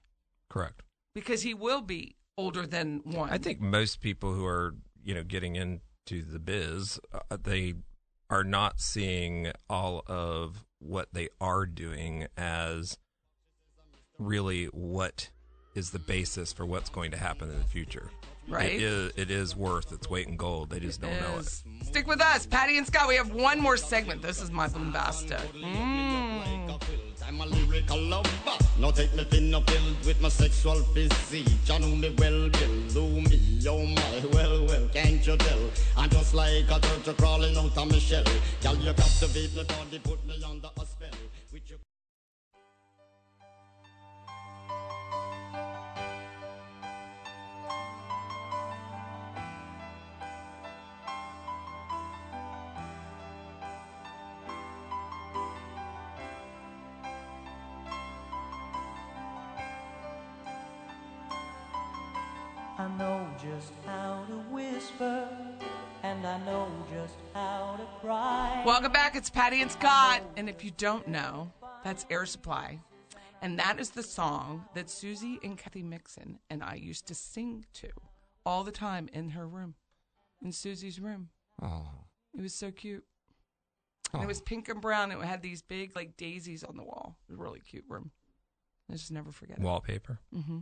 Speaker 2: correct
Speaker 3: because he will be older than one
Speaker 2: I think most people who are you know getting into the biz, uh, they are not seeing all of what they are doing as really what is the basis for what's going to happen in the future.
Speaker 3: Right.
Speaker 2: It is, it is worth its weight in gold. They just don't know it.
Speaker 3: Yes. Stick with us, Patty and Scott. We have one more segment. This is my bombasta.
Speaker 7: I'm a lyrical lover. Now take me thin or filled with my sexual physique. You know me well, Bill. Do me, oh my, well, well, can't you tell? I'm just like a turtle crawling out of my shell. Girl, you captivate me, body put me under a spell. With your
Speaker 5: I know just how to whisper, and I know just how to cry.
Speaker 3: Welcome back. It's Patty and Scott. And if you don't know, that's Air Supply. And that is the song that Susie and Kathy Mixon and I used to sing to all the time in her room, in Susie's room.
Speaker 4: Oh.
Speaker 3: It was so cute. And it was pink and brown. It had these big, like, daisies on the wall. It was a really cute room. I just never forget it.
Speaker 2: Wallpaper.
Speaker 3: Mm-hmm.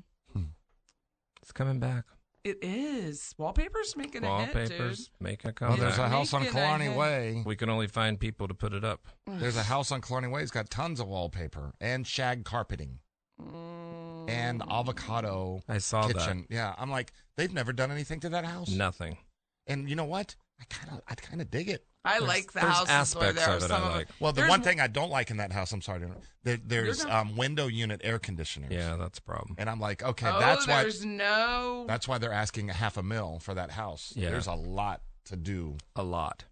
Speaker 2: It's coming back.
Speaker 3: It is. Wallpaper's making a hit, dude.
Speaker 2: Wallpapers make a
Speaker 4: Oh,
Speaker 2: comeback.
Speaker 4: there's a house on
Speaker 3: Naked, I
Speaker 4: Killarney
Speaker 3: had-
Speaker 4: Way.
Speaker 2: we can only find people to put it up.
Speaker 4: There's a house on Killarney Way. It's got tons of wallpaper and shag carpeting
Speaker 3: Mm.
Speaker 4: and avocado
Speaker 2: I saw that.
Speaker 4: kitchen. Yeah, I'm like, they've never done anything to that house.
Speaker 2: Nothing.
Speaker 4: And you know what? I kind of, I kind of dig it.
Speaker 3: I
Speaker 2: There's-
Speaker 3: like the
Speaker 2: there's
Speaker 3: houses where
Speaker 2: aspects
Speaker 3: there are
Speaker 2: of it I
Speaker 3: some
Speaker 2: like.
Speaker 3: of
Speaker 4: Well, the
Speaker 3: There's
Speaker 4: one
Speaker 3: w-
Speaker 4: thing I don't like in that house, I'm sorry, to interrupt, there, there's
Speaker 3: You're not-
Speaker 4: um, window unit air conditioners,
Speaker 2: Yeah, that's a problem.
Speaker 4: and I'm like, okay,
Speaker 3: Oh,
Speaker 4: that's why
Speaker 3: there's no.
Speaker 4: that's why they're asking a half a mil for that house.
Speaker 2: Yeah.
Speaker 4: There's a lot to do.
Speaker 2: A lot.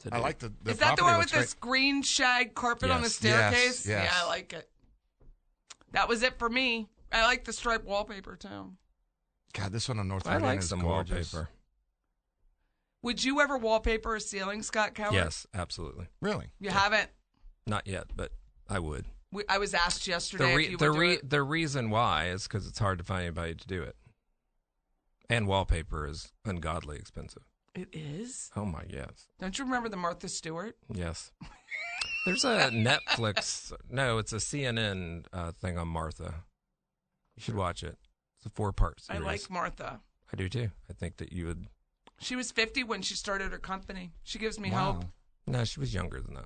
Speaker 2: to
Speaker 4: I
Speaker 2: do.
Speaker 4: like the, the
Speaker 3: is that the one with
Speaker 4: this?
Speaker 3: this green shag carpet on the
Speaker 2: Yes.
Speaker 3: staircase?
Speaker 4: Yes, yes.
Speaker 3: Yeah, I like it. That was it for me. I like the striped wallpaper too.
Speaker 4: God, this one on North
Speaker 2: I
Speaker 4: Meridian
Speaker 2: like
Speaker 4: is
Speaker 2: some
Speaker 4: gorgeous.
Speaker 2: wallpaper.
Speaker 3: Would you ever wallpaper a ceiling, Scott Coward?
Speaker 2: Yes, absolutely.
Speaker 4: Really?
Speaker 3: You haven't.
Speaker 2: Not yet, but I would.
Speaker 3: We, I was asked yesterday
Speaker 2: the
Speaker 3: if you
Speaker 2: the,
Speaker 3: would do
Speaker 2: re-
Speaker 3: it.
Speaker 2: the reason why is because it's hard to find anybody to do it, and wallpaper is ungodly expensive.
Speaker 3: It is.
Speaker 2: Oh my yes,
Speaker 3: Don't you remember the Martha Stewart?
Speaker 2: yes. There's a Netflix. No, it's a CNN uh, thing on Martha. You should watch it. It's a four part
Speaker 3: I
Speaker 2: series.
Speaker 3: like Martha.
Speaker 2: I do too. I think that you would.
Speaker 3: She was 50 when she started her company. She gives me
Speaker 4: Wow.
Speaker 3: hope.
Speaker 2: No, she was younger than that.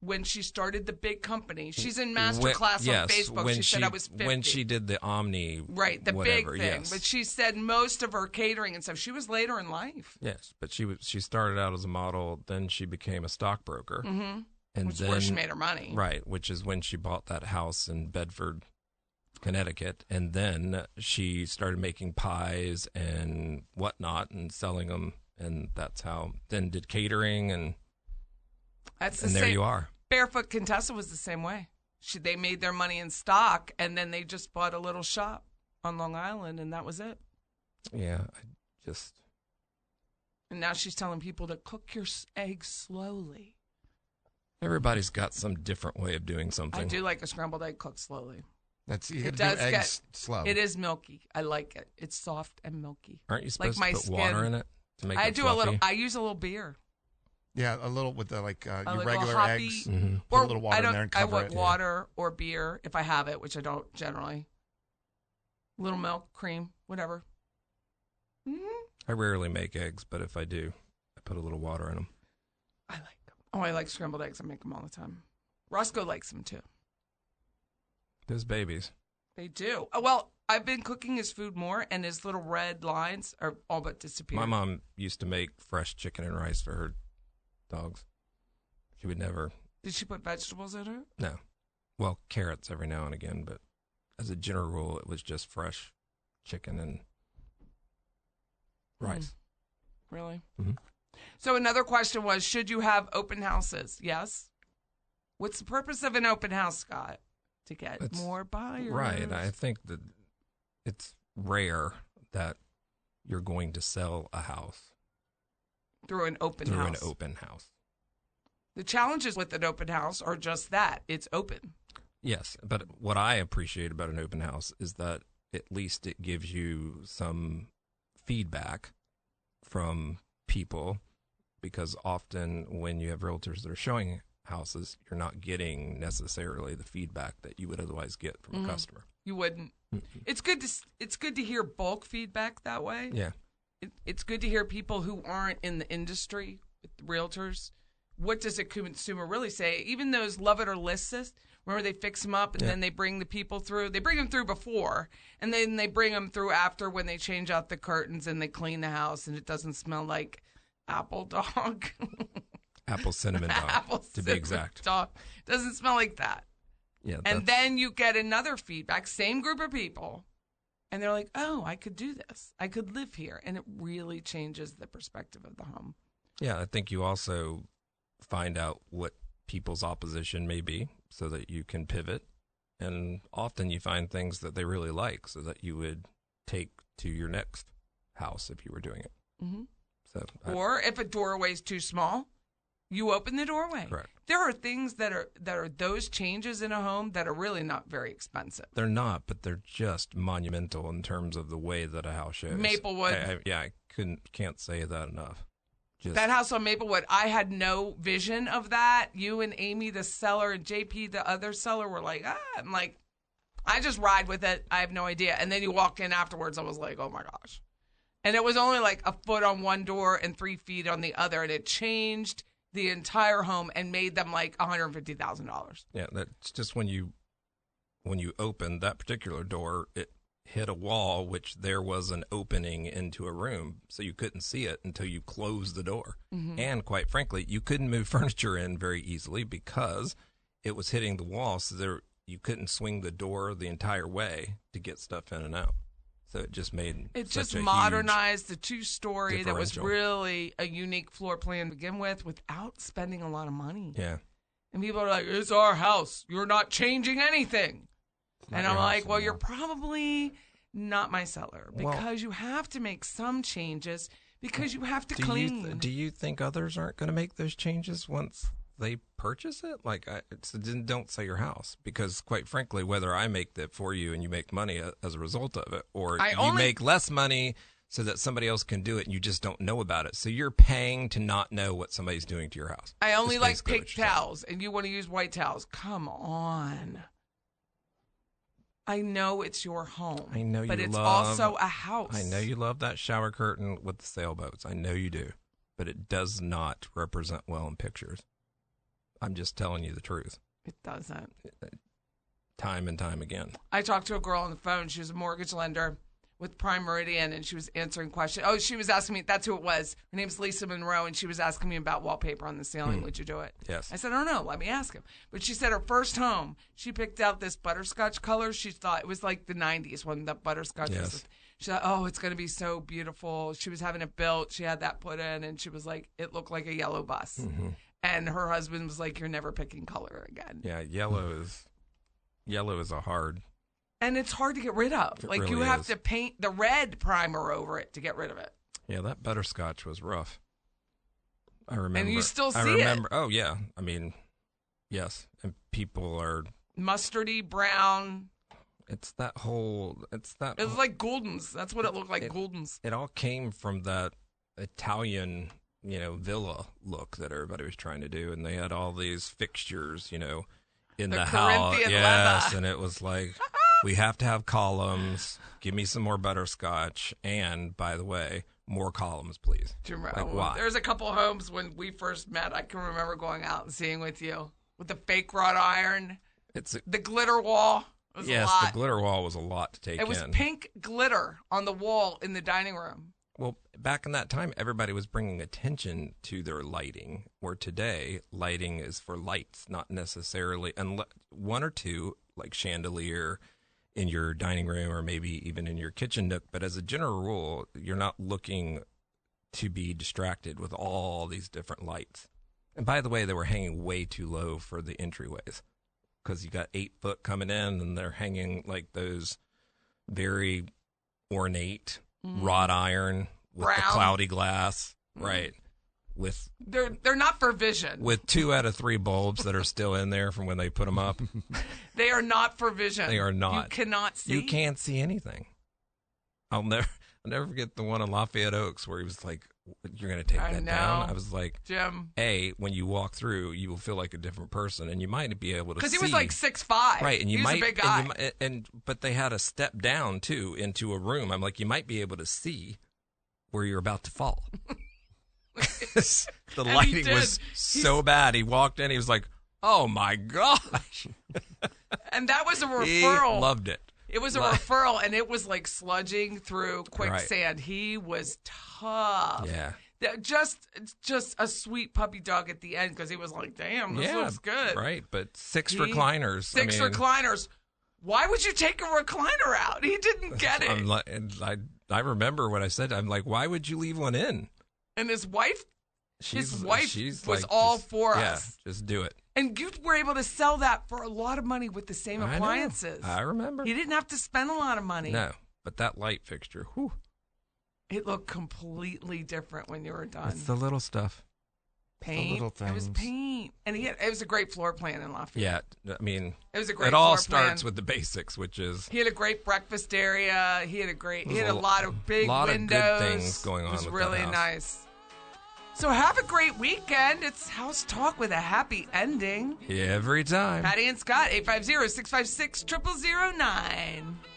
Speaker 3: When she started the big company, she's in
Speaker 2: When-
Speaker 3: masterclass
Speaker 2: yes,
Speaker 3: on Facebook.
Speaker 2: When
Speaker 3: she, said I was 50.
Speaker 2: when she did the Omni.
Speaker 3: Right, the
Speaker 2: whatever,
Speaker 3: big thing.
Speaker 2: Yes.
Speaker 3: But she said most of her catering and stuff. She was later in life.
Speaker 2: Yes, but she was she started out as a model, then she became a stockbroker,
Speaker 3: Mm-hmm.
Speaker 2: and
Speaker 3: Which is
Speaker 2: then
Speaker 3: where she made her money.
Speaker 2: right, which is when she bought that house in Bedford, Connecticut, and then she started making pies and whatnot and selling them, and that's how then did catering and
Speaker 3: That's the
Speaker 2: and there
Speaker 3: same.
Speaker 2: you are.
Speaker 3: Barefoot Contessa was the same way. She, they made their money in stock, and then they just bought a little shop on Long Island, and that was it.
Speaker 2: Yeah, I just
Speaker 3: And now she's telling people to cook your s- eggs slowly.
Speaker 2: everybody's got some different way of doing something.
Speaker 3: I do like a scrambled egg cooked slowly.
Speaker 4: That's you got
Speaker 3: It
Speaker 4: to do
Speaker 3: does
Speaker 4: eggs
Speaker 3: get.
Speaker 4: slow.
Speaker 3: It is milky. I like it. It's soft and milky.
Speaker 2: Aren't you
Speaker 3: like
Speaker 2: supposed
Speaker 3: my
Speaker 2: to put
Speaker 3: skin.
Speaker 2: water in it to make
Speaker 3: I
Speaker 2: it
Speaker 3: do
Speaker 2: fluffy?
Speaker 3: a little. I use a little beer.
Speaker 4: Yeah, a little with the like uh,
Speaker 3: I
Speaker 4: your
Speaker 3: like
Speaker 4: regular
Speaker 3: hoppy-
Speaker 4: eggs.
Speaker 3: Mm-hmm.
Speaker 2: Mhm.
Speaker 4: Put a little water
Speaker 3: I
Speaker 4: in
Speaker 3: don't,
Speaker 4: there and
Speaker 3: I
Speaker 4: cover
Speaker 3: want
Speaker 4: it.
Speaker 3: water or beer if I have it, which I don't generally. Little milk, cream, whatever. hmm
Speaker 2: I rarely make eggs, but if I do, I put a little water in them.
Speaker 3: I like them. Oh, I like scrambled eggs. I make them all the time. Roscoe likes them too.
Speaker 2: Those babies.
Speaker 3: They do. Oh, well, I've been cooking his food more, and his little red lines are all but disappeared.
Speaker 2: My mom used to make fresh chicken and rice for her dogs. She would never,
Speaker 3: Did she put vegetables in it?
Speaker 2: no. Well, carrots every now and again, but as a general rule, it was just fresh chicken and
Speaker 3: Hmm.
Speaker 2: rice.
Speaker 3: Really?
Speaker 2: Mhm.
Speaker 3: So another question was: Should you have open houses? Yes. What's the purpose of an open house, Scott? To get
Speaker 2: It's-
Speaker 3: more buyers.
Speaker 2: Right. I think that it's rare that you're going to sell a house
Speaker 3: through an open
Speaker 2: through
Speaker 3: house.
Speaker 2: an open house.
Speaker 3: The challenges with an open house are just that it's open.
Speaker 2: Yes, but what I appreciate about an open house is that at least it gives you some feedback from people because often when you have realtors that are
Speaker 3: Mm.
Speaker 2: showing houses, you're not getting necessarily the feedback that you would otherwise get from a customer.
Speaker 3: You wouldn't. It's good to s- it's good to hear bulk feedback that way.
Speaker 2: Yeah.
Speaker 3: It, it's good to hear people who aren't in the industry with realtors. What does a consumer really say? Even those love it or list this. Remember, they fix them up and
Speaker 2: Yeah.
Speaker 3: then they bring the people through. They bring them through before, and then they bring them through after when they change out the curtains and they clean the house and it doesn't smell like apple dog.
Speaker 2: Apple cinnamon dog,
Speaker 3: apple
Speaker 2: Uh, to be
Speaker 3: cinnamon
Speaker 2: exact.
Speaker 3: Dog doesn't smell like that.
Speaker 2: Yeah.
Speaker 3: And
Speaker 2: that's-
Speaker 3: then you get another feedback, same group of people, and they're like, "Oh, I could do this. I could live here," and it really changes the perspective of the home.
Speaker 2: yeah, I think you also find out what people's opposition may be, so that you can pivot. And often you find things that they really like, so that you would take to your next house if you were doing it.
Speaker 3: hmm
Speaker 2: So I-
Speaker 3: Or if a doorway is too small, you open the doorway.
Speaker 2: Correct.
Speaker 3: There are things that are that are those changes in a home that are really not very expensive.
Speaker 2: They're not, but they're just monumental in terms of the way that a house shows.
Speaker 3: Maplewood.
Speaker 2: I, I- yeah, I couldn't can't say that enough. Just
Speaker 3: That house on Maplewood, I had no vision of that. You and Amy, the seller, and JP, the other seller, were like, ah, I'm like, I just ride with it. I have no idea. And then you walk in afterwards. I was like, oh my gosh. And it was only like a foot on one door and three feet on the other. And it changed the entire home and made them like $150,000.
Speaker 2: yeah, that's just when you when you open that particular door, it hit a wall, which there was an opening into a room, so you couldn't see it until you closed the door.
Speaker 3: Mm-hmm.
Speaker 2: And quite frankly, you couldn't move furniture in very easily because it was hitting the wall, so there you couldn't swing the door the entire way to get stuff in and out. So it just made
Speaker 3: It
Speaker 2: such
Speaker 3: just
Speaker 2: a huge-
Speaker 3: modernized the two story that was
Speaker 2: differential.
Speaker 3: really a unique floor plan to begin with without spending a lot of money.
Speaker 2: Yeah.
Speaker 3: And people are like, it's our house. You're not changing anything.
Speaker 2: not
Speaker 3: and
Speaker 2: your
Speaker 3: I'm
Speaker 2: house
Speaker 3: like, well, you're
Speaker 2: anymore."
Speaker 3: probably not my seller
Speaker 2: Well-
Speaker 3: because you have to make some changes because you have to
Speaker 2: do
Speaker 3: clean.
Speaker 2: You th- do you think others aren't going to make those changes once they purchase it? Like, I, it's, then don't say your house because, quite frankly, whether I make that for you and you make money a- as a result of it, or
Speaker 3: I
Speaker 2: you
Speaker 3: only-
Speaker 2: make less money so that somebody else can do it and you just don't know about it. So you're paying to not know what somebody's doing to your house.
Speaker 3: I only
Speaker 2: Is
Speaker 3: like
Speaker 2: basically what
Speaker 3: pink
Speaker 2: you're saying.
Speaker 3: towels and you want to use white towels. Come on. I know it's your home.
Speaker 2: I know you
Speaker 3: But it's
Speaker 2: love-
Speaker 3: also a house.
Speaker 2: I know you love that shower curtain with the sailboats. I know you do, but it does not represent well in pictures. I'm just telling you the truth,
Speaker 3: It doesn't.
Speaker 2: time and time again.
Speaker 3: I talked to a girl on the phone. She was a mortgage lender with Prime Meridian, and she was answering questions. Oh, she was asking me. That's who it was. Her name's Lisa Monroe, and she was asking me about wallpaper on the ceiling. Would you do it?
Speaker 2: Hmm. Yes.
Speaker 3: I said, I don't know. Let me ask him. But she said her first home, she picked out this butterscotch color. She thought it was like the '90s when the butterscotch
Speaker 2: Yes.
Speaker 3: was. She thought, oh, it's going to be so beautiful. She was having it built. She had that put in, and she was like, it looked like a yellow bus.
Speaker 2: Mm-hmm.
Speaker 3: And her husband was like, you're never picking color again.
Speaker 2: Yeah, yellow is yellow is a hard.
Speaker 3: and it's hard to get rid of.
Speaker 2: It
Speaker 3: like you
Speaker 2: really
Speaker 3: have
Speaker 2: is.
Speaker 3: to paint the red primer over it to get rid of it.
Speaker 2: Yeah, that butterscotch was rough. I remember.
Speaker 3: still
Speaker 2: I
Speaker 3: see it.
Speaker 2: remember. Oh yeah, I mean, yes, and people are.
Speaker 3: Mustardy brown.
Speaker 2: It's that whole. It's that.
Speaker 3: It was like Gouldens. That's what it looked like.
Speaker 2: Oh. It-
Speaker 3: Gouldens.
Speaker 2: it all came from that Italian, you know, villa look that everybody was trying to do, and they had all these fixtures, you know, in
Speaker 3: The
Speaker 2: the, house.
Speaker 3: Corinthian
Speaker 2: Yes,
Speaker 3: leather.
Speaker 2: and it was like, we have to have columns. Give me some more butterscotch, and by the way, more columns, please.
Speaker 3: Do you remember?
Speaker 2: Like why?
Speaker 3: There's a couple homes when we first met. I can remember going out and seeing with you with the fake wrought iron,
Speaker 2: It's a,
Speaker 3: the glitter wall. It was a
Speaker 2: yes, the
Speaker 3: lot.
Speaker 2: glitter wall was a lot to take
Speaker 3: it was
Speaker 2: in.
Speaker 3: pink glitter on the wall in the dining room.
Speaker 2: Well, back in that time, everybody was bringing attention to their lighting. Where today, lighting is for lights, not necessarily unless one or two, like chandelier, in your dining room or maybe even in your kitchen nook. But as a general rule, you're not looking to be distracted with all these different lights. And by the way, they were hanging way too low for the entryways because you got eight foot coming in, and they're hanging like those very ornate wrought iron with the
Speaker 3: Brown.
Speaker 2: cloudy glass, right? With
Speaker 3: They're they're not for vision.
Speaker 2: with two out of three bulbs that are still in there from when they put them up,
Speaker 3: they are not for vision.
Speaker 2: They are
Speaker 3: You
Speaker 2: not.
Speaker 3: cannot see.
Speaker 2: you can't see anything. I'll never I'll never forget the one in Lafayette Oaks where he was like, you're gonna take
Speaker 3: I
Speaker 2: that down.
Speaker 3: know.
Speaker 2: I was like,
Speaker 3: Jim.
Speaker 2: a when you walk through, you will feel like a different person, and you might be able to
Speaker 3: Because
Speaker 2: see.
Speaker 3: he was like six five.
Speaker 2: Right, and you
Speaker 3: he was
Speaker 2: might,
Speaker 3: a big guy.
Speaker 2: and, you mi- and but they had a step down too into a room. I'm like, you might be able to see where you're about to fall. the
Speaker 3: he
Speaker 2: lighting
Speaker 3: did.
Speaker 2: was so bad. He walked in, he was like, "Oh my gosh!"
Speaker 3: and that was a referral.
Speaker 2: He loved it.
Speaker 3: It was a
Speaker 2: Lo-
Speaker 3: referral, and it was like sludging through quicksand. He was tough.
Speaker 2: Yeah.
Speaker 3: Th- Just, just a sweet puppy dog at the end because he was like, "Damn, this
Speaker 2: yeah,
Speaker 3: looks good."
Speaker 2: Right, but six
Speaker 3: He-
Speaker 2: recliners. I
Speaker 3: Six
Speaker 2: mean,
Speaker 3: recliners. Why would you take a recliner out? He didn't get it.
Speaker 2: I'm like, and I I remember what I said. I'm like, why would you leave one in?
Speaker 3: and his wife,
Speaker 2: She's,
Speaker 3: wife
Speaker 2: she's
Speaker 3: was
Speaker 2: like,
Speaker 3: all
Speaker 2: just-
Speaker 3: for
Speaker 2: yeah,
Speaker 3: us.
Speaker 2: Just do it.
Speaker 3: and you were able to sell that for a lot of money with the same
Speaker 2: I know.
Speaker 3: appliances.
Speaker 2: I remember.
Speaker 3: He didn't have to spend a lot of money.
Speaker 2: No, but that light fixture, whew,
Speaker 3: It looked completely different when you were done.
Speaker 2: it's the little stuff.
Speaker 3: paint.
Speaker 4: little
Speaker 3: It was
Speaker 4: things.
Speaker 3: paint, and he had, it was a great floor plan in Lafayette.
Speaker 2: Yeah, I mean,
Speaker 3: It was a great
Speaker 2: It all
Speaker 3: floor
Speaker 2: starts
Speaker 3: plan.
Speaker 2: with the basics, which is
Speaker 3: He had a great breakfast area. He had a great. He
Speaker 2: There's
Speaker 3: had a
Speaker 2: a
Speaker 3: lot of big
Speaker 2: lot of good
Speaker 3: windows.
Speaker 2: things going on
Speaker 3: It was
Speaker 2: with that
Speaker 3: really
Speaker 2: house.
Speaker 3: nice. So have a great weekend. It's House Talk with a happy ending.
Speaker 2: every time.
Speaker 3: Patty and Scott, 850 656 0009.
Speaker 5: Oh,